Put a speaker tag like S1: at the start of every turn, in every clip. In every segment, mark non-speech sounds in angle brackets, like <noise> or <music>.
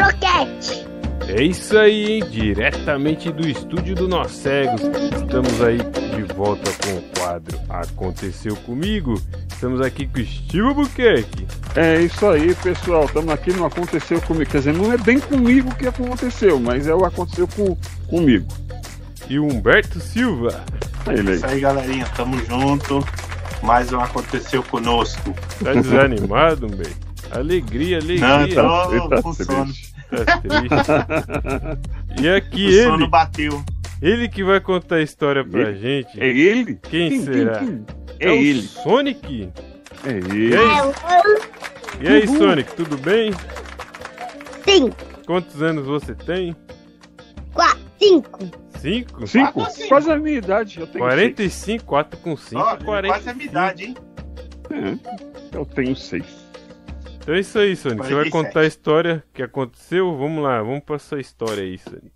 S1: croquete.
S2: É isso aí, hein? Diretamente do estúdio do Nós Cegos. Estamos aí de volta com o quadro Aconteceu Comigo. Estamos aqui com o Steve Buquerque.
S3: É isso aí, pessoal. Estamos aqui no Aconteceu Comigo. Quer dizer, não é bem comigo que aconteceu, mas é o aconteceu com, comigo. É
S2: E o Humberto Silva.
S3: Ele aí.
S4: Isso aí, galerinha. Tamo junto. Mais um aconteceu conosco.
S2: Tá desanimado, Humberto? Alegria,
S4: Não,
S2: alegria.
S3: Ele
S4: tô
S3: tá
S4: com sono.
S3: triste.
S2: Tá triste. E aqui
S4: O sono
S2: ele,
S4: bateu.
S2: ele que vai contar a história pra
S3: Ele?
S2: gente.
S3: É ele?
S2: Quem será?
S3: É,
S2: o
S3: ele.
S2: Sonic.
S3: É
S2: E
S3: ele.
S2: aí,
S1: É um
S2: e aí
S3: Uhul.
S2: Sonic, tudo bem?
S1: sim,
S2: Quantos anos você tem?
S1: quatro, cinco.
S2: Cinco?
S3: Cinco?
S4: Ah, sim.
S3: Quase a minha idade. Eu tenho
S2: 45, 4 com 5,
S4: Ó, é
S2: 40.
S4: quase a minha idade, hein?
S3: seis. É, Eu tenho seis.
S2: Então é isso aí, Sonic. Você vai
S4: 47.
S2: contar a história que aconteceu? Vamos lá, vamos pra sua história aí, Sonic.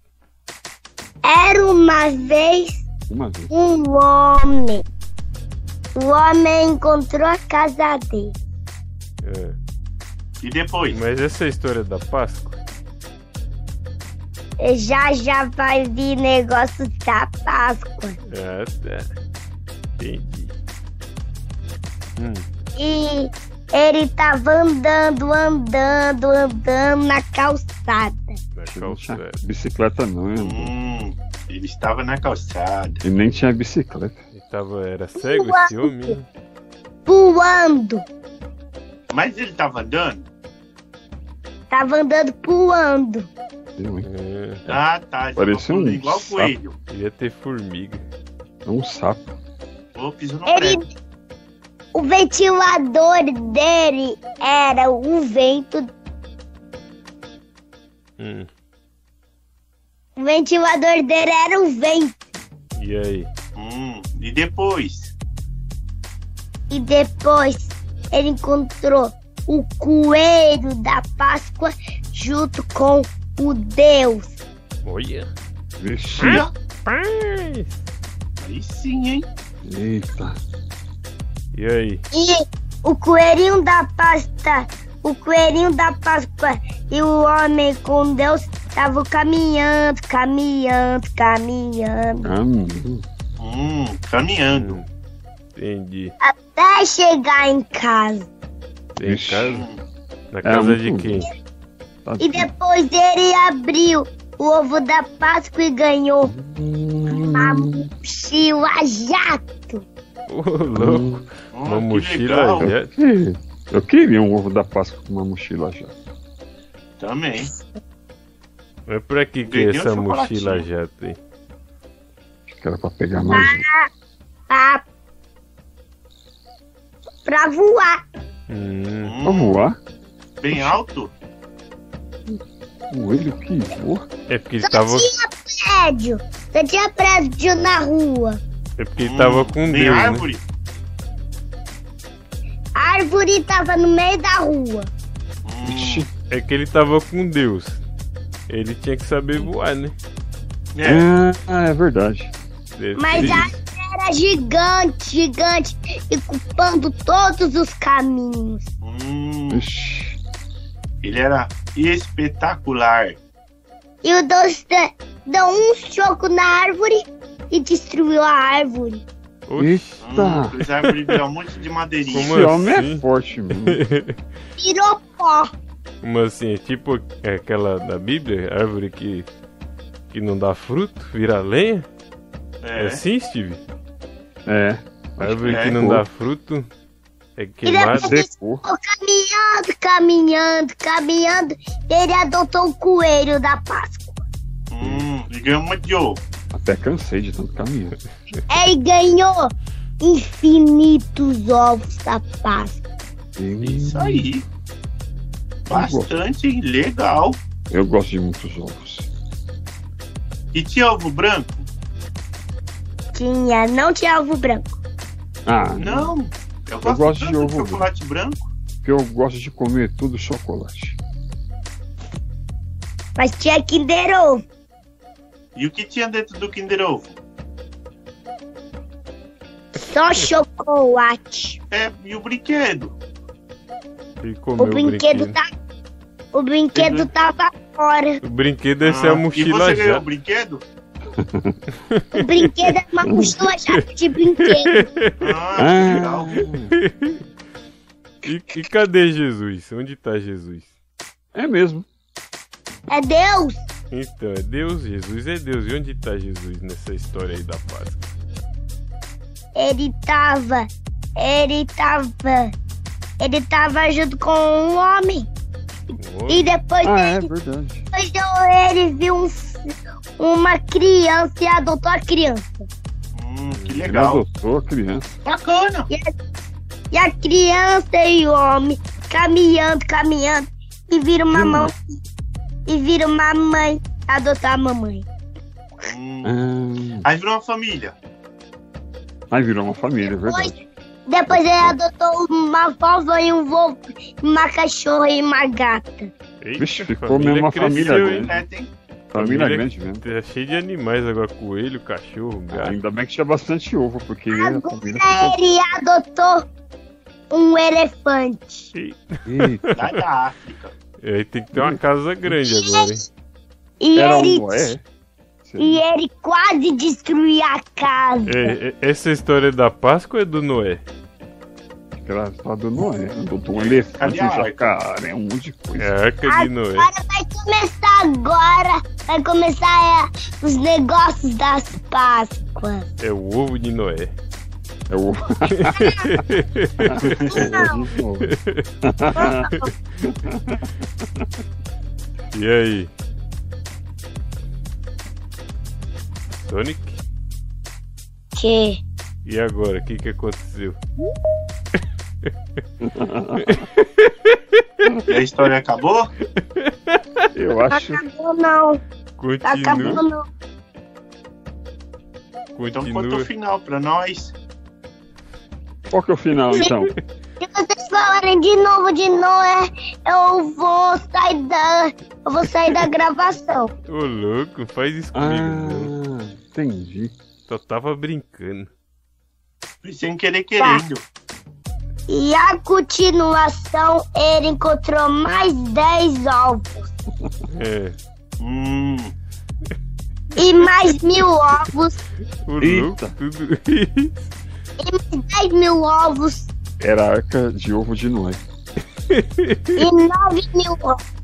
S1: Era uma vez
S3: Uma vez.
S1: um homem. O homem encontrou a casa dele.
S2: É,
S4: E depois?
S2: Mas essa é a história da Páscoa?
S1: E já já vai vir negócio da Páscoa.
S2: É, tá. Entendi. Hum,
S1: E ele tava andando, andando, andando na calçada.
S2: na
S3: Não tinha
S2: calçada.
S3: bicicleta não, hein?
S4: Hum, ele estava na calçada.
S3: E nem tinha bicicleta.
S2: Ele é? tava, era cego esse homem?
S1: Pulando.
S4: Mas ele estava andando?
S1: Tava andando pulando.
S3: Eu, hein?
S2: É,
S4: Ah, tá. ele
S3: Parecia
S4: tava
S3: um
S4: igual
S3: sapo.
S4: coelho.
S2: ia ter formiga.
S3: É um sapo.
S4: Ô, piso no
S1: Ele.
S4: prego.
S1: O ventilador dele era o vento.
S2: Hum,
S1: O ventilador dele era o vento.
S2: E aí?
S4: Hum, e depois?
S1: E depois ele encontrou o coelho da Páscoa junto com o Deus.
S2: Olha!
S3: Vixe.
S4: Ah,
S2: Pai!
S4: Aí sim, hein?
S3: Eita.
S2: E aí?
S1: E o coelhinho da pasta, o coelhinho da Páscoa e o homem com Deus estavam caminhando, caminhando, caminhando.
S3: Ah, meu.
S4: Hum, caminhando.
S2: Hum, Entendi.
S1: Até chegar em casa.
S2: Em
S3: Ixi.
S2: casa?
S4: Hum,
S2: Na
S3: Era
S2: casa de
S3: muito-
S2: quem?
S3: Tá
S1: E depois ele abriu o ovo da Páscoa e ganhou
S3: Hum.
S1: uma mochila jato.
S2: Ô, louco!
S4: Hum,
S2: Uma
S4: que
S2: mochila né?
S4: legal.
S2: já.
S3: Ih, é Eu queria um ovo da Páscoa com uma mochila já.
S4: Também.
S2: Mas pra que que é
S4: Ganhei um
S2: essa
S4: chocolatinho.
S2: mochila jato aí?
S3: Acho que era pra pegar mais. um.
S1: Pra, pra voar.
S2: Hum,
S3: Vamos lá.
S4: Bem alto?
S3: O olho Um que voa.
S2: é porque ele
S1: Só
S2: tava.
S1: tinha prédio. Só tinha prédio na rua.
S2: É porque ele tava com Deus.
S4: Hum, Bem
S2: Né?
S4: árvore?
S1: A árvore tava no meio da rua.
S4: Hum,
S3: Vixe.
S2: É que ele tava com Deus. Ele tinha que saber voar, né?
S4: é.
S3: Ah, é verdade.
S2: Deve
S1: Mas
S2: ser
S1: a
S2: isso.
S1: Era gigante, gigante. E culpando todos os caminhos.
S4: Hum,
S3: Vixe.
S4: ele era espetacular.
S1: E o Deus da- deu um choco na árvore e destruiu a árvore.
S2: Oxi,
S4: Hum,
S3: Eita.
S4: fez a árvore virar um monte de madeirinha.
S2: Como
S3: Esse homem
S2: assim?
S3: é forte, mano.
S4: <laughs>
S1: virou pó.
S2: Como assim? É tipo aquela da Bíblia, árvore que. que não dá fruto, vira lenha? É,
S4: É.
S2: assim, Steve?
S3: É.
S2: Árvore
S4: é.
S2: que não dá fruto é queimada.
S1: Ele é-
S3: Secou.
S1: Ficou caminhando, caminhando, caminhando. Ele adotou o coelho da Páscoa.
S4: Hum, e ganhou um monte de ovo.
S3: Até cansei de tanto caminho.
S1: Ele É, ganhou infinitos ovos da Páscoa.
S4: Isso
S3: Hum.
S4: aí. Bastante, hein? Legal.
S3: Eu gosto de muitos ovos.
S4: E tinha ovo branco?
S1: Tinha, não tinha ovo branco.
S3: Ah,
S4: Não. Eu gosto,
S3: gosto de
S4: tanto de,
S3: ovo
S4: chocolate branco.
S3: porque eu gosto de comer tudo chocolate.
S1: Mas tinha Kinder Ovo.
S4: E o que tinha dentro do Kinder Ovo?
S1: Só chocolate.
S4: É, e o brinquedo?
S2: Ele
S1: O
S2: comeu o
S1: brinquedo,
S2: brinquedo.
S1: tá. O brinquedo
S4: Uhum.
S1: tava fora.
S2: O brinquedo esse é a
S4: Ah, e você
S2: mochila
S4: ganhou
S2: já.
S4: o brinquedo?
S1: O brinquedo é uma mochila jato de brinquedo.
S4: Ah,
S3: Ah.
S4: que legal.
S2: E, e cadê Jesus? Onde tá Jesus?
S3: É mesmo.
S1: É Deus.
S2: Então, é Deus, Jesus é Deus. E onde tá Jesus nessa história aí da Páscoa?
S1: Ele tava. Ele tava. Ele tava junto com um homem. E depois
S3: Ah, é
S1: ele
S3: verdade.
S1: Depois ele viu um f- uma criança e adotou a criança.
S4: Hum, que
S3: Ele
S4: legal.
S3: adotou a criança.
S4: Bacana.
S1: E a, e a criança e o homem caminhando, caminhando, e vira uma mão. E vira uma mãe. Adotar a mamãe.
S4: Hum.
S3: Ah,
S4: Aí virou uma família.
S3: aí virou uma família, é
S1: Depois,
S3: verdade.
S1: depois ele adotou uma vovó e um vô, uma cachorra e uma gata.
S2: Eita,
S3: Vixe,
S2: a
S3: ficou
S2: família
S3: mesmo uma
S2: cresceu,
S3: família
S2: hein?
S3: grande.
S4: Pet, hein?
S3: Família
S2: família-
S3: grande mesmo.
S2: Tá cheio de animais agora: coelho, cachorro, gato.
S3: Ainda bem que tinha bastante ovo, porque a família
S1: Agora ele adotou um elefante. é
S3: ficou...
S4: Lá da África.
S2: E Aí tem que ter uma casa grande agora, hein?
S1: E
S3: Era um
S1: ele,
S3: Noé?
S1: e ele quase destruiu a casa.
S2: É, é- essa história da Páscoa é do Noé.
S3: Engraçado Noé. Adotou um elefante,
S4: Cadê a
S3: um
S4: arca?
S3: jacaré, um monte de
S2: É
S3: coisa.
S2: a arca de Noé.
S1: Agora vai começar agora. Vai começar é, os negócios das Páscoas.
S2: É o ovo de Noé. <laughs>
S3: É o...
S1: Não,
S2: E aí? Sonic?
S1: que
S2: E agora? O que, que aconteceu?
S4: E a história acabou?
S3: Eu acho...
S1: acabou não.
S4: Tá
S1: Acabou
S2: Continua,
S1: não.
S4: Então conta o
S2: continua.
S4: final pra nós.
S3: Qual que é o final, então?
S1: Se vocês falarem de novo de Noé, eu vou sair da. Eu vou sair da gravação.
S2: Ô louco, faz isso comigo. não.
S3: Ah, entendi.
S2: Só tava brincando.
S4: Sem querer querendo.
S1: E a continuação, ele encontrou mais 10 ovos.
S2: É.
S4: Hum.
S1: E mais mil ovos.
S2: Ô
S3: Eita.
S2: louco, tudo <laughs> isso.
S1: E mais 10 mil ovos.
S3: Era a arca de ovo de Noé.
S1: E 9 mil ovos.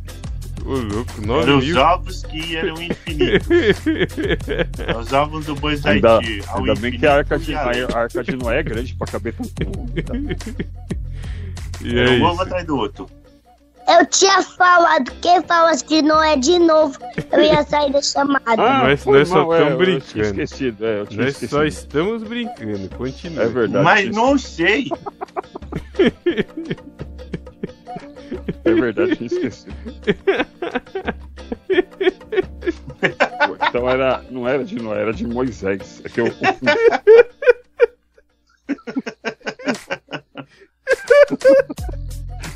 S2: Ô louco,
S4: Eram
S2: 9
S4: os
S2: mil.
S4: ovos que eram infinitos. É Os ovos do Buzz
S3: Ainda,
S4: Lightyear. ao
S3: ainda bem que é a arca, de,
S4: infinito e
S3: a
S4: além.
S3: arca de Noé é grande pra caber tanto. ovo.
S2: <laughs> E
S4: Era
S2: é
S4: um ovo
S2: isso.
S4: atrás do outro.
S1: Eu tinha falado, quem falasse que não é de novo, eu ia sair da chamada.
S2: Nós-
S3: foi
S2: nós só
S3: mal, é,
S2: tamo
S3: Eu tinha
S2: brincando.
S3: esquecido, é, eu tinha
S2: Nós só
S3: esquecido.
S2: estamos brincando. Continua.
S3: É verdade.
S4: Mas
S3: tinha
S4: não sei.
S3: É verdade, tinha esquecido. Pô, então era, não era de Noé, era de Moisés. É que eu confundi. <laughs>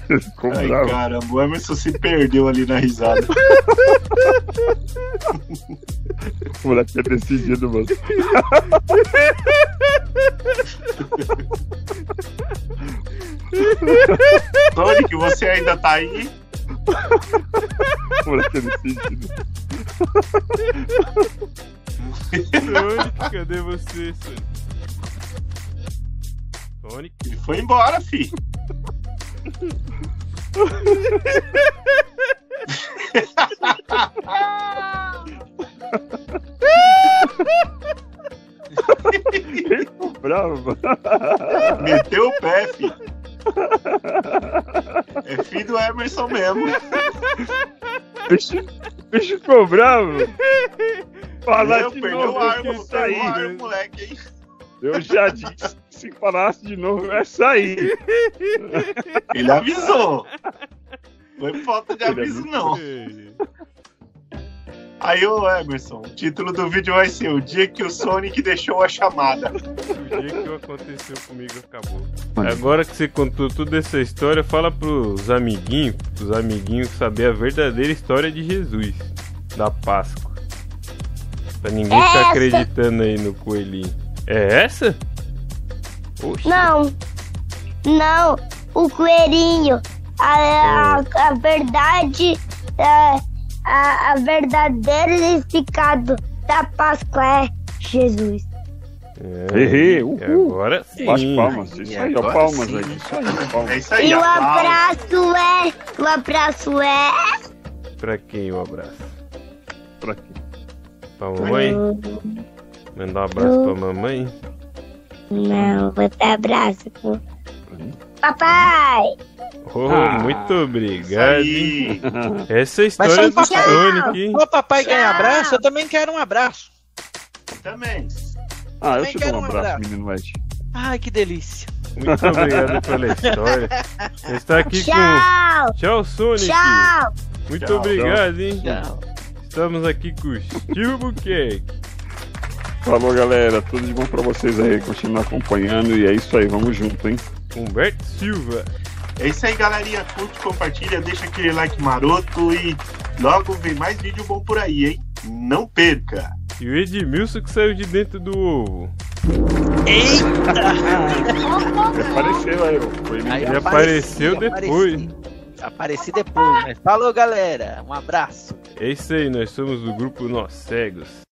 S3: Ele Ficou
S4: Ai,
S3: bravo.
S4: caramba, o Emerson se perdeu ali na
S3: <laughs>
S4: risada.
S3: O moleque tinha decidido, mano.
S4: Sonic, você ainda tá aí?
S3: O moleque tinha decidido.
S2: Sonic, cadê você, Sonic? Sonic?
S4: Ele foi embora, fi.
S1: Ah.
S3: Ele ficou bravo, mano.
S4: Meteu o pé, fi. É filho do Emerson mesmo.
S3: O bicho, o bicho ficou bravo. Falar
S4: Meu,
S3: de
S4: perdeu
S3: novo,
S4: o
S3: eu
S4: ar, mano.
S3: quis
S4: Perdeu
S3: sair.
S4: o ar,
S2: né?
S4: moleque, hein?
S3: Eu já disse que se falasse de novo, eu ia sair.
S4: Ele avisou. Foi falta de
S3: Ele
S4: aviso,
S3: avisou.
S4: não.
S2: Ei.
S4: Aí, ô Emerson, o título do vídeo vai ser O Dia que o Sonic Deixou a Chamada.
S2: O dia que aconteceu comigo acabou. Agora que você contou toda essa história, fala pros amiguinhos, pros amiguinhos saber a verdadeira história de Jesus, da Páscoa. Pra ninguém ficar
S1: Essa.
S2: acreditando aí no coelhinho. É essa? Oxe.
S1: Não, não, o coelhinho, a, a, a verdade é, a, a verdadeiro significado da Páscoa é Jesus.
S2: É,
S3: Errei,
S2: e
S3: uhul.
S2: agora sim.
S3: Bate palmas, isso aí, ó,
S4: Agora
S3: palmas
S4: sim.
S3: aí, isso aí, ó, palmas.
S4: É isso aí,
S1: E um o
S4: aplausos.
S1: abraço é. O abraço é.
S2: Pra quem o abraço?
S3: Pra quê?
S2: Pra mamãe? Mandar um abraço pra mamãe?
S1: Não, vou dar abraço pro. Papai!
S2: Oh,
S3: Ah,
S2: muito
S4: Isso
S2: obrigado. hein?
S4: aí.
S2: Essa é a
S5: Mas
S2: história
S5: aí,
S2: do
S5: papai-
S2: Sonic, hein?
S5: Ô, papai quer
S1: Tchau.
S5: abraço? Eu também quero um abraço.
S4: Também.
S3: Ah, eu
S5: Também
S3: te dou
S5: quero
S3: um
S5: um
S3: abraço,
S5: abraço.
S3: menino Ed.
S5: Ai, que delícia.
S2: Muito obrigado pela história. Está aqui
S1: Tchau!
S2: com. Tchau, Sonic.
S1: Tchau!
S2: Muito
S4: Tchau.
S2: obrigado, hein?
S5: Tchau.
S2: Estamos aqui com o Steve Buquerque.
S3: Falou, galera, tudo de bom pra vocês aí, continuar acompanhando e é isso aí, vamos junto, hein?
S2: Humberto Silva.
S4: É isso aí, galerinha. Curte, compartilha, deixa aquele like maroto e logo vem mais vídeo bom por aí, hein? Não perca!
S2: E o Edmilson que saiu de dentro do ovo.
S3: Ele apareceu aí, ó. Foi ele.
S5: Aí
S2: Ele
S5: eu
S2: apareceu
S5: apareci,
S2: depois.
S5: Apareci, Apareci depois, mas falou, galera. Um abraço.
S2: É isso aí, nós somos do grupo Nós Cegos.